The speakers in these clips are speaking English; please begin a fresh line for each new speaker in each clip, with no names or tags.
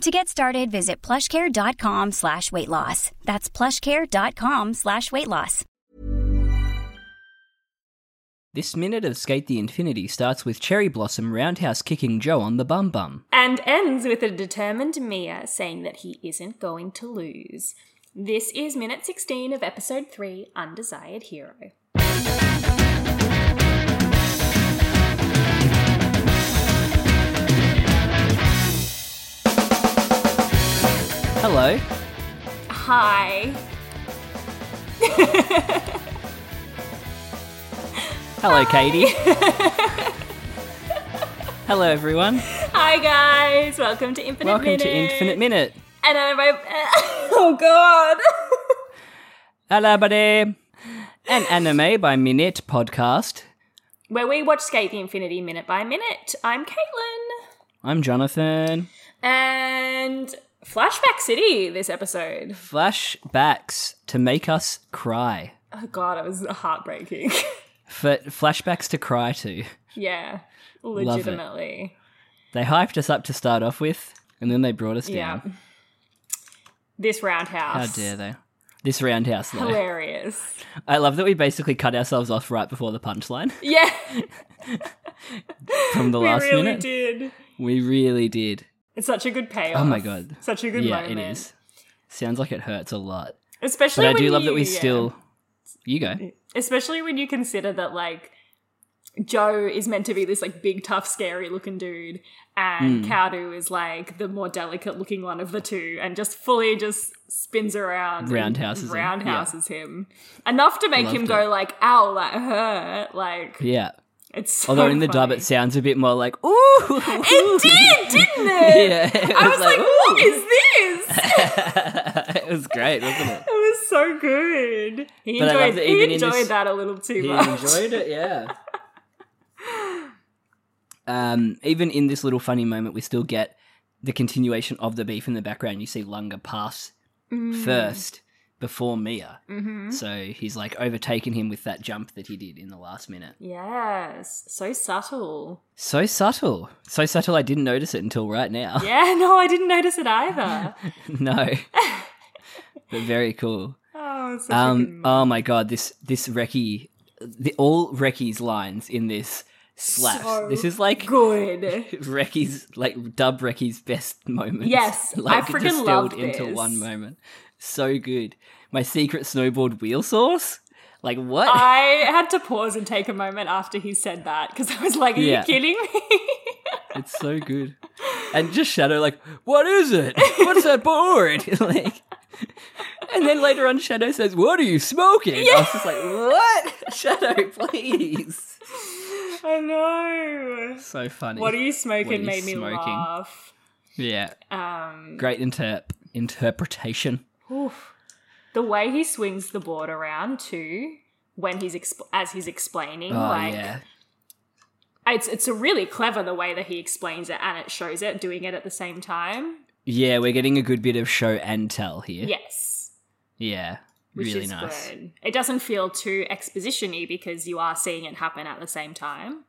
To get started, visit plushcare.com slash weight loss. That's plushcare.com slash weight loss.
This minute of Skate the Infinity starts with Cherry Blossom roundhouse kicking Joe on the bum bum.
and ends with a determined Mia saying that he isn't going to lose. This is minute 16 of episode 3 Undesired Hero.
Hello.
Hi.
Hello, Katie. Hello, everyone.
Hi, guys. Welcome to Infinite
Welcome
Minute.
to Infinite Minute.
And I'm. oh, God.
Hello, buddy. An anime by Minute podcast.
Where we watch Skate the Infinity minute by minute. I'm Caitlin.
I'm Jonathan.
And Flashback City this episode.
Flashbacks to make us cry.
Oh, God, it was heartbreaking.
For flashbacks to cry to.
yeah.
it.
Legitimately.
They hyped us up to start off with, and then they brought us
Yeah.
down.
This roundhouse.
How dare they? This roundhouse, though.
Hilarious.
I love that we basically cut ourselves off right before the punchline
Yeah,
from the
we
last
really
minute.
did.
We really did.
It's such a good payoff.
Oh my god.
Such a good
yeah,
moment.
it is. Sounds like it hurts a lot. But
Especially
I do
when
love that
you-
we
yeah.
still. You go.
Especially when you consider that like Joe is meant to be this like big, tough, scary looking dude,
Hmm.
and Kaudu is like the more delicate looking one of the two, and just fully just spins around, and
Roundhouses him.
roundhouses him enough to make him
Loved
go like, "Ow, that hurt!" Like
Yeah.
it's. So
Although in the dub
funny.
it sounds a bit more like, ooh!
it did, didn't it?
Yeah, it
I
was
was
like,
like, "What is this?"
it was great, wasn't it?
It was so good. He
But I love
enjoyed,
that
he
even in
enjoyed
this-
that a little too
He
much.
enjoyed it, yeah. um, even in this little funny moment, we still get the continuation of the beef in the background. You see Lunga pass first before Mia. Mm. Mm-hmm. So he's like overtaken him with that jump that he did in the last minute.
Yes, so subtle.
So subtle. So subtle, I didn't notice it until right now.
Yeah, no, I didn't notice it either.
no. but very cool.
Oh, such a good
Um,
mo-
oh my god, this this Reki, the, all Reki's lines in this slaps.
So
this is like
good.
Reki's like dub Reki's best moments.
Yes, I
like
freaking
distilled
loved
into
this.
one moment. So good. My secret snowboard wheel sauce. Like what?
I had to pause and take a moment after he said that because I was like, "Are
Yeah.
you kidding me?"
it's so good. And just Shadow like, what is it? What's that board? like. And then later on, Shadow says, "What are you smoking?" I was just like, "What, Shadow? Please."
I know.
So funny.
What are you smoking?
What are you
made me
smoking?
laugh.
Yeah,
Um,
great interp interpretation.
oof. the way he swings the board around too, when he's exp- as he's explaining,
Oh
like
yeah,
It's it's really clever the way that he explains it and it shows it doing it at the same time.
yeah. We're getting a good bit of show and tell here.
Yes.
Yeah,
Which
really
is
nice.
good. It doesn't feel too expositiony because you are seeing it happen at the same time.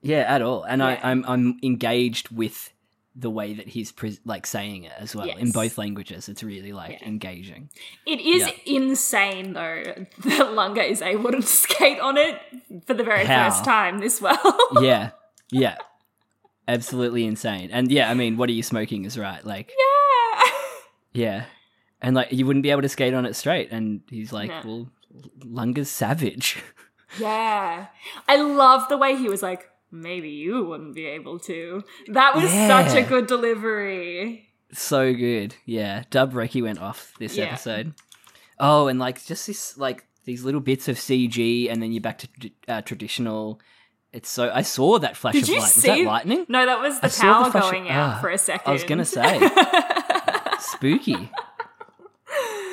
Yeah, at all. And
Yeah.
I, I'm I'm engaged with the way that he's pres like saying it as well in
Yes.
both languages. It's really like
Yeah.
engaging.
It is
Yeah.
insane though that Lunga is able to skate on it for the very
How?
first time this well.
yeah, yeah, absolutely insane. And yeah, I mean, what are you smoking is right. Like
yeah.
yeah, and like you wouldn't be able to skate on it straight. And he's like,
No.
well, Lunga's savage.
Yeah. I love the way he was like, maybe you wouldn't be able to. That was such a
Yeah.
good delivery.
so good. Yeah, Dub Reki went off this
Yeah.
episode. Oh, and like just this, like these little bits of CG, and then you're back to tr- uh, traditional. It's so I saw that flash
Did
of
you
light.
see-
Was that lightning?
No, that was the
I saw
power
the flash-
going out
Ah,
for a second.
I was gonna say spooky.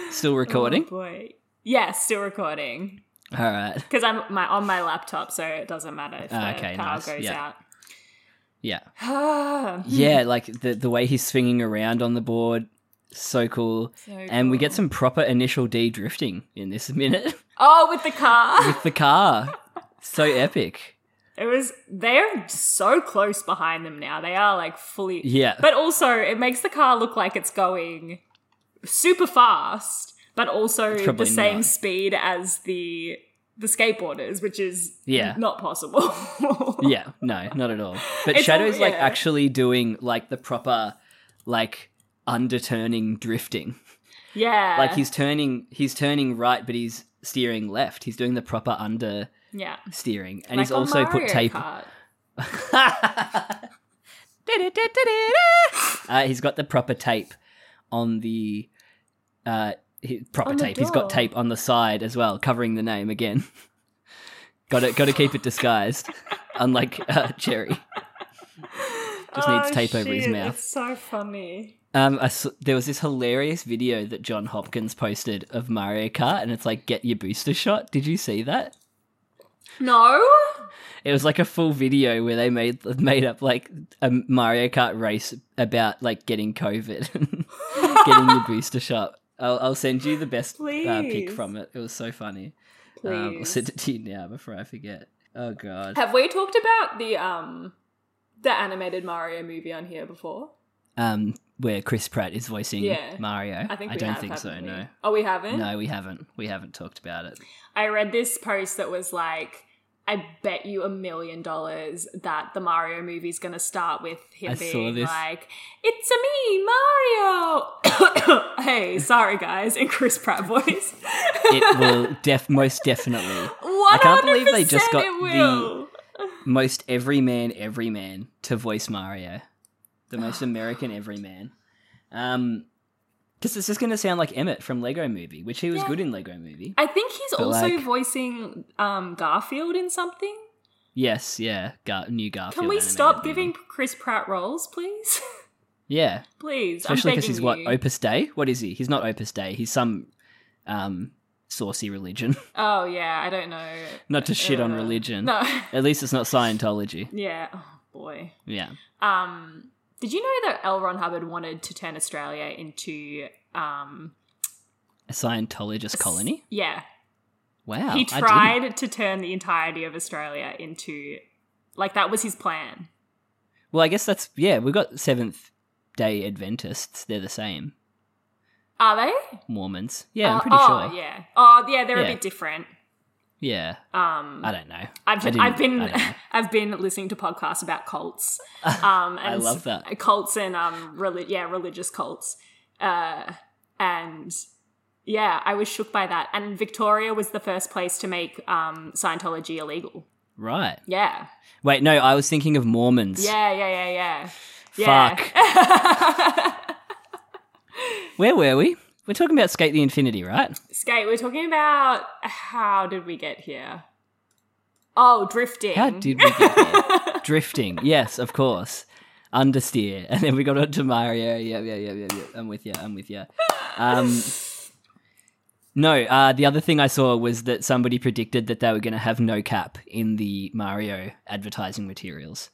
Still
Oh,
recording?
boy. Yeah, still recording
All right.
because I'm my on my laptop, so it doesn't matter if
Ah,
the
okay,
power
nice.
goes
Yeah. Yeah.
out.
Yeah, like the the way he's swinging around on the board, so cool.
So
And we get
cool.
some proper initial D drifting in this minute
oh with the car.
with the car. So epic.
It was they are so close behind them now. They are like fully
Yeah.
But also it makes the car look like it's going super fast, but also
Probably
the same
not.
speed as the the skateboarders, which is
Yeah.
not possible.
yeah, no, not at all. But
It's
Shadow's
all-
like
yeah.
actually doing like the proper like underturning drifting.
yeah.
Like he's turning he's turning right but he's steering left. He's doing the proper under
yeah.
steering and
Like
he's
on
also put
Mario
tape
Kart.
uh, he's got the proper tape on the uh, he, proper
On the
tape. He's got
door.
tape on the side as well, covering the name again. got to got to keep it disguised, unlike uh, Cherry. Just needs
Oh,
tape over his
shit,
mouth.
It's so funny.
Um, I s- there was this hilarious video that John Hopkins posted of Mario Kart, and it's like get your booster shot. Did you see that?
No.
It was like a full video where they made made up like a Mario Kart race about like getting COVID, and getting your booster shot. I'll, I'll send you the best uh, pic
Please.
from it. It was so funny. Um, I'll
Please.
send it to you now before I forget. Oh god.
Have we talked about the um the animated Mario movie on here before?
Um, where Chris Pratt is voicing
Yeah.
Mario.
I think we
don't
have,
think so.
haven't we?
No.
Oh, we haven't.
No, we haven't. We haven't talked about it.
I read this post that was like, I bet you a million dollars that the Mario movie's gonna start with him
I saw
being
this.
like, "It's a me, Mario." hey, sorry guys, in Chris Pratt voice.
It will def most definitely
One
can't
hundred
believe they
percent,
just got
it
the-
will.
most everyman everyman to voice Mario, the most American everyman. Um, because it's just going to sound like Emmett from Lego Movie, which he was
Yeah.
good in Lego Movie.
I think he's
But,
also
like-
voicing um, Garfield in something.
yes, yeah, Gar- new Garfield.
Can we
animated
stop
movie.
giving Chris Pratt roles, please?
Yeah,
please,
especially
I'm
because
begging
he's what
you.
Opus Day. What is he? He's not Opus Day. He's some um saucy religion.
oh yeah, I don't know.
not to shit on
Uh,
religion.
No.
At least it's not Scientology.
yeah. Oh boy.
Yeah.
Um, did you know that L. Ron Hubbard wanted to turn Australia into um,
A Scientologist colony?
Yeah,
Wow.
he
Oh, I didn't-
tried to turn the entirety of Australia into like that was his plan.
Well, I guess that's, yeah, we've got Seventh day Adventists. They're the same.
Are they?
Mormons. Yeah, I'm
Uh,
pretty
oh,
sure. Yeah.
Yeah. Oh, yeah. They're
Yeah.
a bit different.
I
Um,
don't know.
I've,
I didn't-
I've been
I don't know.
I've been listening to podcasts about cults. Um, and
I love that.
cults and um, reli- yeah, religious cults. Uh, and yeah, I was shook by that. And Victoria was the first place to make um, Scientology illegal.
Right.
Yeah.
Wait, no, I was thinking of Mormons.
Yeah, yeah, yeah, yeah.
Fuck.
Yeah.
Where were we? We're talking about Skate the Infinity, right?
Skate, we're talking about how did we get here? Oh, drifting.
How did we get there? Drifting. Yes, of course. Understeer. And then we got onto Mario. Yeah, yeah, yeah, yeah, yeah. I'm with you. I'm with you. Um, no, uh, the other thing I saw was that somebody predicted that they were going to have no cap in the Mario advertising materials.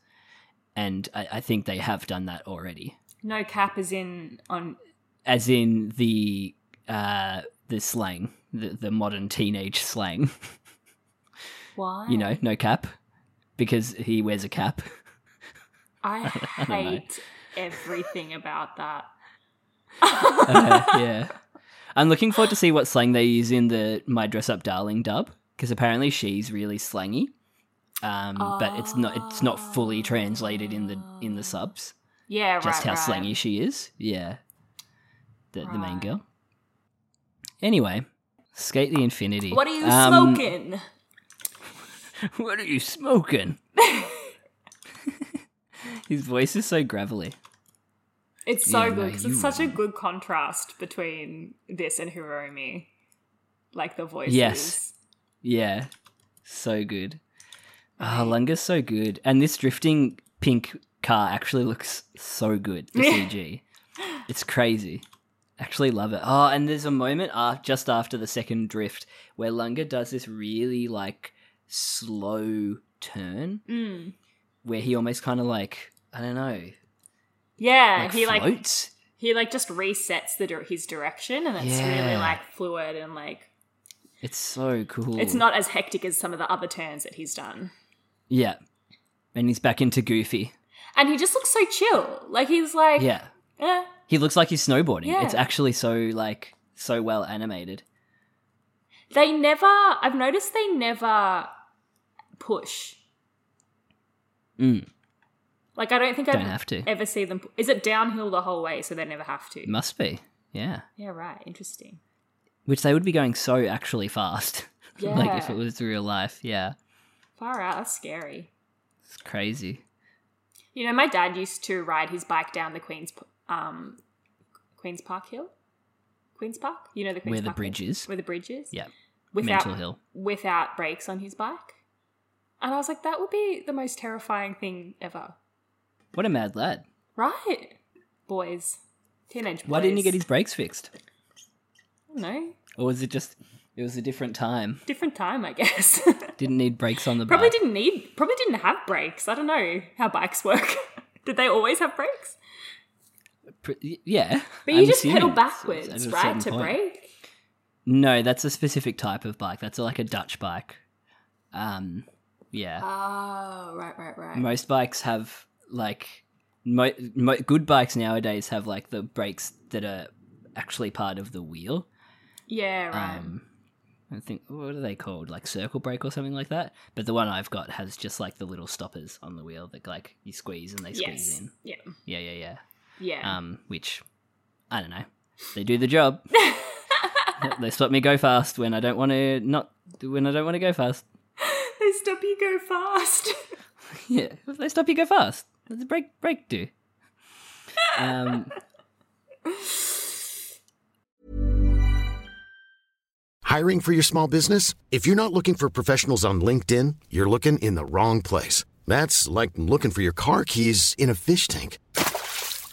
And I, I think they have done that already.
no cap is in on
as in the uh the slang the, the modern teenage slang
why?
you know no cap because he wears a cap
I
don't know.
hate everything about that.
Uh, yeah i'm looking forward to see what slang they use in the my dress up darling dub because apparently she's really slangy um but it's not it's not fully translated in the in the subs
Yeah, right.
just how
right.
slangy she is yeah the, the main
Right.
girl anyway skate the infinity
What are you
Um,
smoking?
What are you smoking? His voice is so gravelly.
It's so
yeah,
good 'cause
no,
good because
you
it's such a
wouldn't.
good contrast between this and Hiromi. Like the voices.
Yes. Yeah, so good. Ah, Lunga's so good. And this drifting pink car actually looks so good. The
Yeah.
CG. It's crazy. Actually, love it. Oh, and there's a moment uh, just after the second drift where Lunga does this really like slow turn
Mm.
where he almost kind of like I don't know,
Yeah,
like
he like
floats.
he like just resets the dir- his direction, and it's really
Yeah.
like fluid and like
It's so cool.
it's not as hectic as some of the other turns that he's done.
Yeah, and he's back into Goofy.
And he just looks so chill. Like he's like,
Yeah,
eh.
he looks like he's snowboarding.
Yeah.
It's actually so like so well animated.
They never. I've noticed they never push.
Mm,
Like I don't think
don't
I've
have to.
ever see them. pu- Is it downhill the whole way, so they never have to?
Must be. Yeah.
Yeah, right. Interesting.
Which they would be going so actually fast. like if
Yeah.
it was real life. Yeah.
Far out. That's scary.
It's crazy.
You know, my dad used to ride his bike down the Queens, um, Queens Park Hill, Queens Park. You know the Queens
Where the
Park Hill?
bridge is.
Where the bridge is.
Yeah.
Without
Mental hill.
without brakes on his bike, and I was like, that would be the most terrifying thing ever,
What a mad lad.
right? Boys, teenage boys.
Why didn't he get his brakes fixed?
No,
Or was it just it was a different time?
different time, I guess.
Didn't need brakes on the
probably
bike.
didn't need. Probably didn't have brakes. I don't know how bikes work. Did they always have brakes?
Pr- yeah.
But you
I'm
just pedal
assuming it's- it's at
backwards,
a
right,
certain
to
point.
brake.
No, that's a specific type of bike. That's like a Dutch bike. Um, yeah.
Oh, right, right, right.
most bikes have like mo- mo- good bikes nowadays have like the brakes that are actually part of the wheel
yeah, right.
um i think what are they called like circle brake or something like that but the one i've got has just like the little stoppers on the wheel that like you squeeze and they squeeze
yes.
in
Yeah.
yeah yeah yeah
Yeah.
um which i don't know they do the job they stop me go fast when i don't want to not when i don't want to go fast
they stop you go fast.
Yeah, if they stop you, go fast. That's a break, break do. Um,
Hiring for your small business? If you're not looking for professionals on LinkedIn, you're looking in the wrong place. That's like looking for your car keys in a fish tank.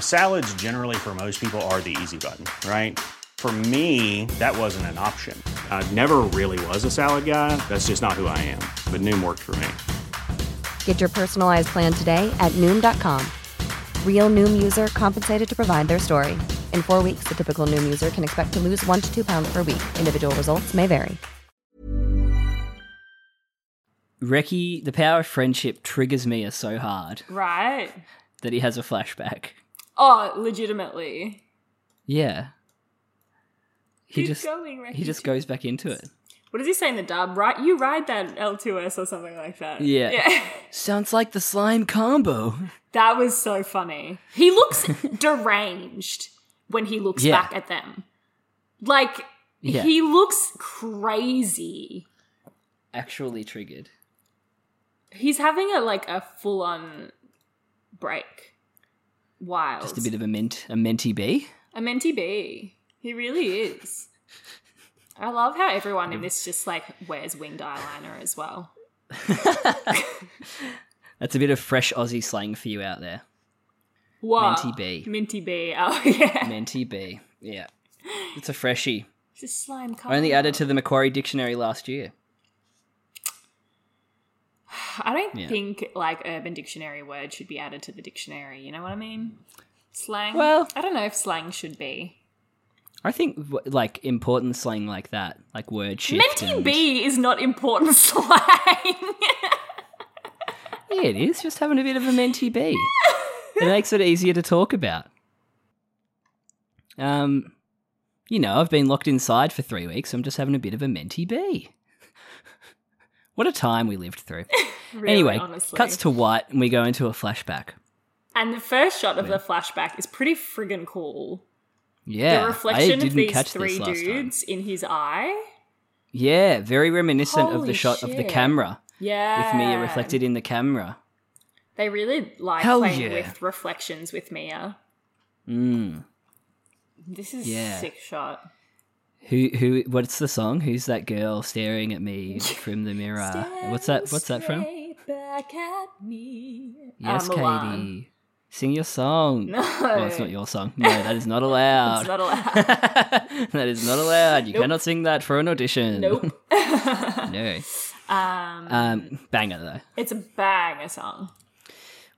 Salads, generally, for most people, are the easy button, right? For me, that wasn't an option. I never really was a salad guy. That's just not who I am. But Noom worked for me.
Get your personalized plan today at Noom.com. Real Noom user compensated to provide their story. In four weeks, the typical Noom user can expect to lose one to two pounds per week. Individual results may vary.
Reki, the power of friendship triggers Mia so hard
right.
that he has a flashback.
Oh, legitimately.
Yeah, he
Keep
just
going, Reki.
he just goes back into it.
What does he say in the dub? Right, you ride that L2S or something like that.
Yeah. Sounds like the slime combo.
That was so funny. He looks deranged when he looks
Yeah.
back at them. Like
Yeah.
he looks crazy.
Actually triggered.
He's having a like a full on break. Wild.
Just a bit of a mint, a minty bee.
a mentee bee. He really is. I love how everyone in this just like wears winged eyeliner as well.
That's a bit of fresh Aussie slang for you out there.
What?
Mentee bee.
Minty bee. Oh yeah.
Minty bee. Yeah, it's a freshie.
It's a slime color.
Only added to the Macquarie Dictionary last year.
I don't
Yeah.
think like Urban Dictionary word should be added to the dictionary. You know what I mean? Slang.
Well-
I don't know if slang should be.
I think w- like important slang like that, like word shift.
Mentee
and-
bee is not important slang.
Yeah, it is. Just having a bit of a mentee bee. it makes it easier to talk about. Um, you know, I've been locked inside for three weeks. I'm just having a bit of a mentee bee. what a time we lived through.
Really,
anyway,
honestly.
cuts to white, and we go into a flashback.
and the first shot of the flashback is pretty friggin' cool.
Yeah,
the
I
reflection of
didn't
these
catch
three
this last time.
dudes in his eye.
Yeah, very reminiscent of
Holy
the shot of the
shit.
camera
Yeah,
with Mia reflected in the camera.
They really like
Hell
playing
yeah.
with reflections with Mia.
Mm.
This is
Yeah.
sick shot.
Who who? What's the song? Who's that girl staring at me from the mirror? what's that? What's that from?
Staring straight Back at me.
Yes,
Uh, Mulan.
Katie. Sing your song.
No,
Well, it's not your song. No, that is not allowed.
It's not allowed.
that is not allowed. You
Nope.
cannot sing that for an audition.
nope.
no.
Um,
Um, banger though.
it's a banger song.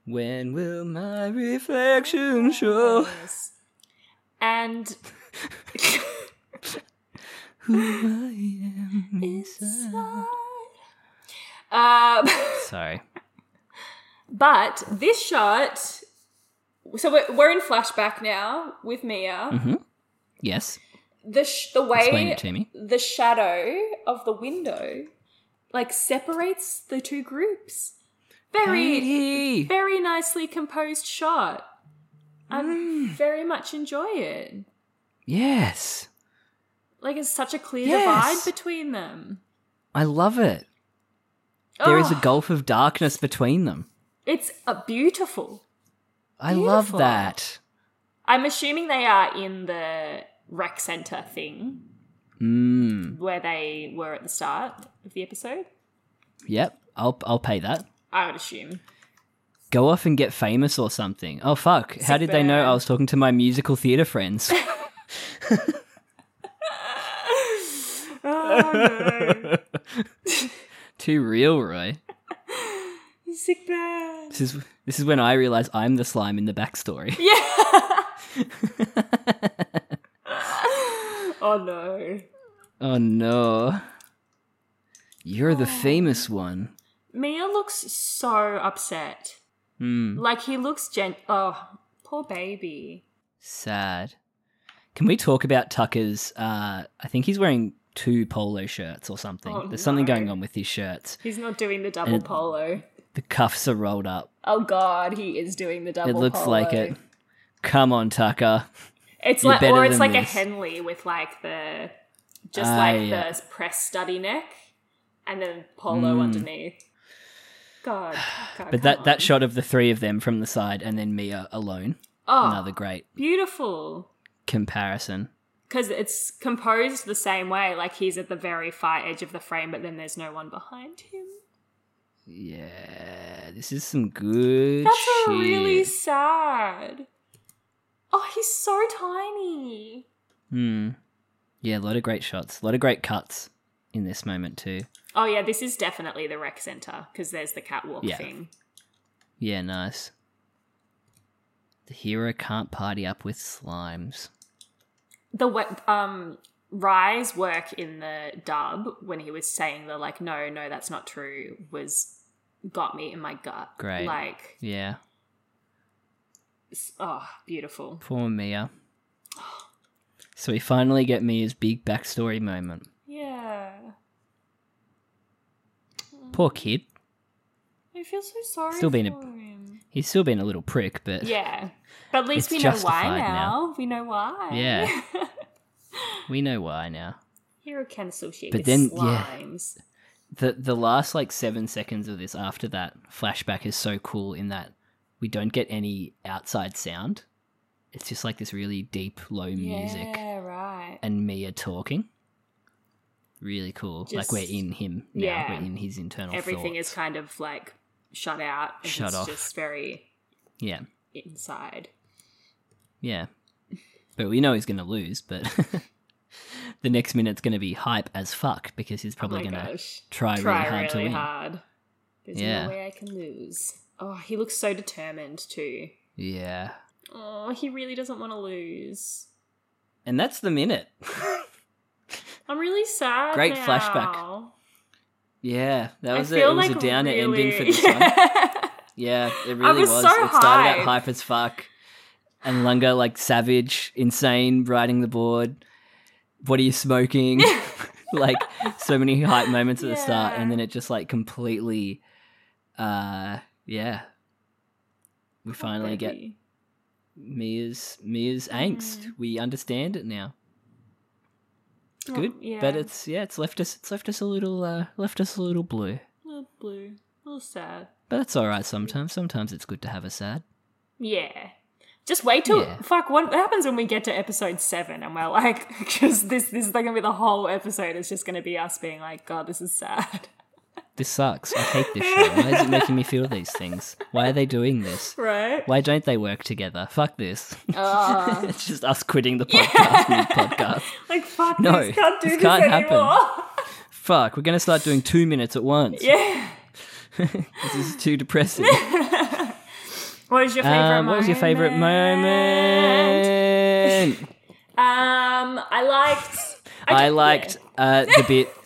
When will my reflection show?
Yes. And um,
Sorry.
but this shot, so we're, we're in flashback now with Mia.
Mm-hmm. Yes.
The sh- the
Explain
way
it to me.
the shadow of the window like separates the two groups. Very
Katie.
very nicely composed shot. I very much enjoy it.
Yes.
Like it's such a clear
Yes.
divide between them.
I love it. There is a
Oh,
gulf of darkness between them.
It's a beautiful.
I love
Beautiful.
that.
I'm assuming they are in the rec center thing
Mm.
where they were at the start of the episode.
Yep. I'll I'll pay that.
I would assume.
Go off and get famous or something. Oh fuck. How
Sick
did they know
burn.
I was talking to my musical theater friends? Too real, Roy.
Sick bad.
This is this is when I realize I'm the slime in the backstory.
Yeah. oh no.
Oh no. You're the famous one.
Mia looks so upset.
Hmm.
Like he looks gen. Oh, poor baby.
Sad. Can we talk about Tucker's uh I think he's wearing two polo shirts or something.
Oh,
There's something
no.
going on with his shirts.
He's not doing the double
And-
polo.
The cuffs are rolled up.
Oh god, he is doing the double.
it looks
polo.
like it. Come on, Tucker.
It's
You're
like,
better
or it's
than
like
this.
a Henley with like the, just
Ah,
like
yeah.
the press study neck, and then polo
Mm.
underneath. God, God,
But
come
that,
on.
that shot of the three of them from the side and then Mia alone.
oh,
Another great
beautiful
comparison.
because it's composed the same way. Like he's at the very far edge of the frame, but then there's no one behind him.
Yeah, this is some good
That's
shit.
a really sad. Oh, he's so tiny.
Hmm. Yeah, a lot of great shots, a lot of great cuts in this moment too.
Oh yeah, this is definitely the rec center because there's the catwalk
Yeah.
thing.
Yeah, nice. The hero can't party up with slimes.
the we- um Rye's work in the dub when he was saying the like no no that's not true was got me in my gut
Great.
like
Yeah,
s- oh beautiful
poor Mia. So we finally get Mia's big backstory moment.
yeah
Poor kid.
I feel so sorry
Still being a-
for him
He's still been a little prick, but
yeah but at least
It's
we know why
justified
now. we know why
Yeah. we know why now.
hero can associate
But
with
then- yeah.
slimes
the the last like seven seconds of this after that flashback is so cool in that we don't get any outside sound. It's just like this really deep low music
yeah right
and Mia talking. Really cool. like
Just-
we're in him now.
yeah.
We're in his internal
everything is
thoughts.
kind of like shut out and
Shut
it's
off.
just very
yeah,
inside
yeah. But we know he's gonna lose. But the next minute's gonna be hype as fuck because he's probably
Oh my
gonna
gosh.
try, really hard to win.
hard. There's
Yeah.
no way I can lose. Oh, he looks so determined too.
Yeah,
Oh, he really doesn't want to lose.
and that's the minute.
I'm really sad.
Great
now.
flashback. Yeah, that
I
was it.
feel
It was
like
a downer ending for
really-
this one.
Yeah.
Yeah, it really
was so
it started out
hyped.
hype as fuck. And Lunga, like savage, insane, riding the board. What are you smoking? like so many hype moments at the start, and then it just like completely uh yeah. We finally get
Baby. Mm-hmm.
Mia's Mia's angst. We understand it now. It's
Well,
good,
yeah.
but it's yeah, it's left us it's left us a little uh, left us a little blue.
A little blue, a little sad.
But that's all right. Sometimes sometimes it's good to have a sad.
Yeah. Just wait till
Yeah.
fuck. What happens when we get to episode seven and we're like, because this this is like gonna be the whole episode. It's just gonna be us being like, God, this is sad.
This sucks. I hate this show. Why is it making me feel these things? Why are they doing this?
Right?
Why don't they work together? Fuck this.
Ah.
it's just us quitting the podcast. Podcast.
Like fuck,
No,
this can't do
this
this,
can't happen.
anymore.
Fuck. We're gonna start doing two minutes at once.
Yeah.
This is too depressing.
What was your favorite?
um, what was your favorite
moment?
moment?
Um, I liked.
I
did-
liked uh, the bit.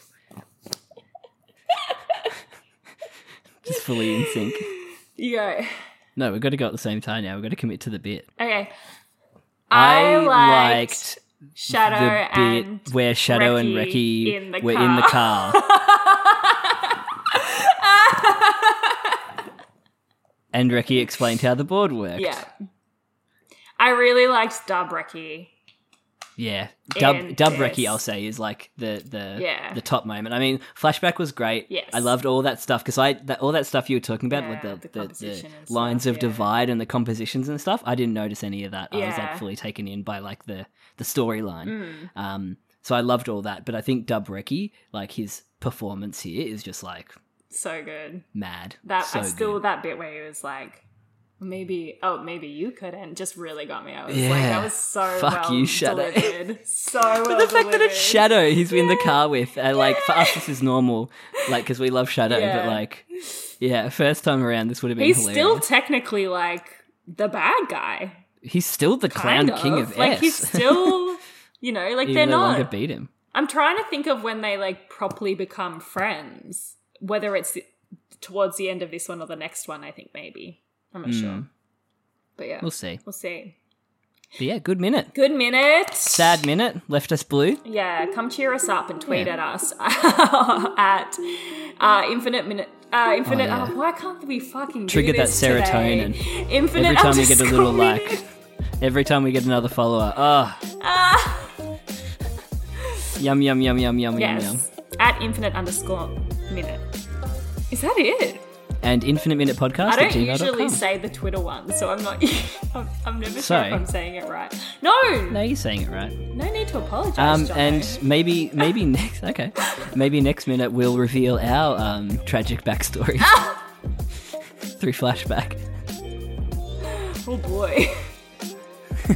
Just fully in sync.
You go.
No, we've got to go at the same time now. We've got to commit to the bit.
Okay. I, liked,
the
Shadow
bit
and
where Shadow and
Reki
Reki
in the
were in the car. and Reki explained how the board worked.
yeah. I really liked Dabrecki.
Yeah, dub
And
dub
this.
Reki, I'll say, is like the the
Yeah.
the top moment. I mean, flashback was great.
Yes.
I loved all that stuff because I that, all that stuff you were talking about, like
Yeah,
the
the
the, the,
composition and
lines
stuff,
of
yeah.
divide and the compositions and stuff. I didn't notice any of that. I was
Yeah. Mm.
like fully taken in by like the the storyline. Um, so I loved all that, but I think Dub Reki, like his performance here, is just like
So good.
mad.
That
so
I still
good.
that bit where he was like, maybe oh maybe you couldn't just really got me. I was like
Yeah.
that was so
Fuck
well
you, Shadow.
delivered. So well
But the fact that it's
delivered.
Shadow he's in the car with, and like for us this is normal, like because we love Shadow,
Yeah.
but like, yeah, first time around this would have been
He's
hilarious.
still technically like the bad guy.
he's still the clown
Kind
king of
like
S.
he's still you know like
Even
they're
though Lunga
not.
beat him.
I'm trying to think of when they like properly become friends. Whether it's towards the end of this one or the next one, I think maybe. I'm not sure. But yeah,
Hmm. We'll see.
We'll see.
But yeah, good minute.
Good minute.
Sad minute. Left us blue.
Yeah, come cheer us up and tweet
Yeah.
at us at uh, Infinite Minute. Uh, infinite.
yeah.
oh, why can't we fucking do
Triggered that
this today?
serotonin.
Infinite.
Every time we get a
underscore
little like,
minute.
every time we get another follower. Ah. Yum yum yum yum yum yum yum.
Yes. At infinite underscore minute. Is that it?
And infinite minute podcast
I
at
don't
gmail.com.
usually say the Twitter one, so I'm not. I'm, I'm never
So-
sure if I'm saying it right. No,
no, you're saying it right.
no need to apologize.
Um,
Jono.
and maybe maybe next okay, maybe next minute we'll reveal our um, tragic backstory through flashback.
oh boy. I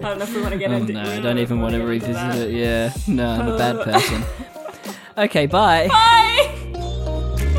don't know if we want to get
Oh
into.
no,
we
I
don't
don't
know if
even
we
want to
wanna get into
revisit
that.
it. Yeah, no, I'm a bad person. Okay, bye.
Bye.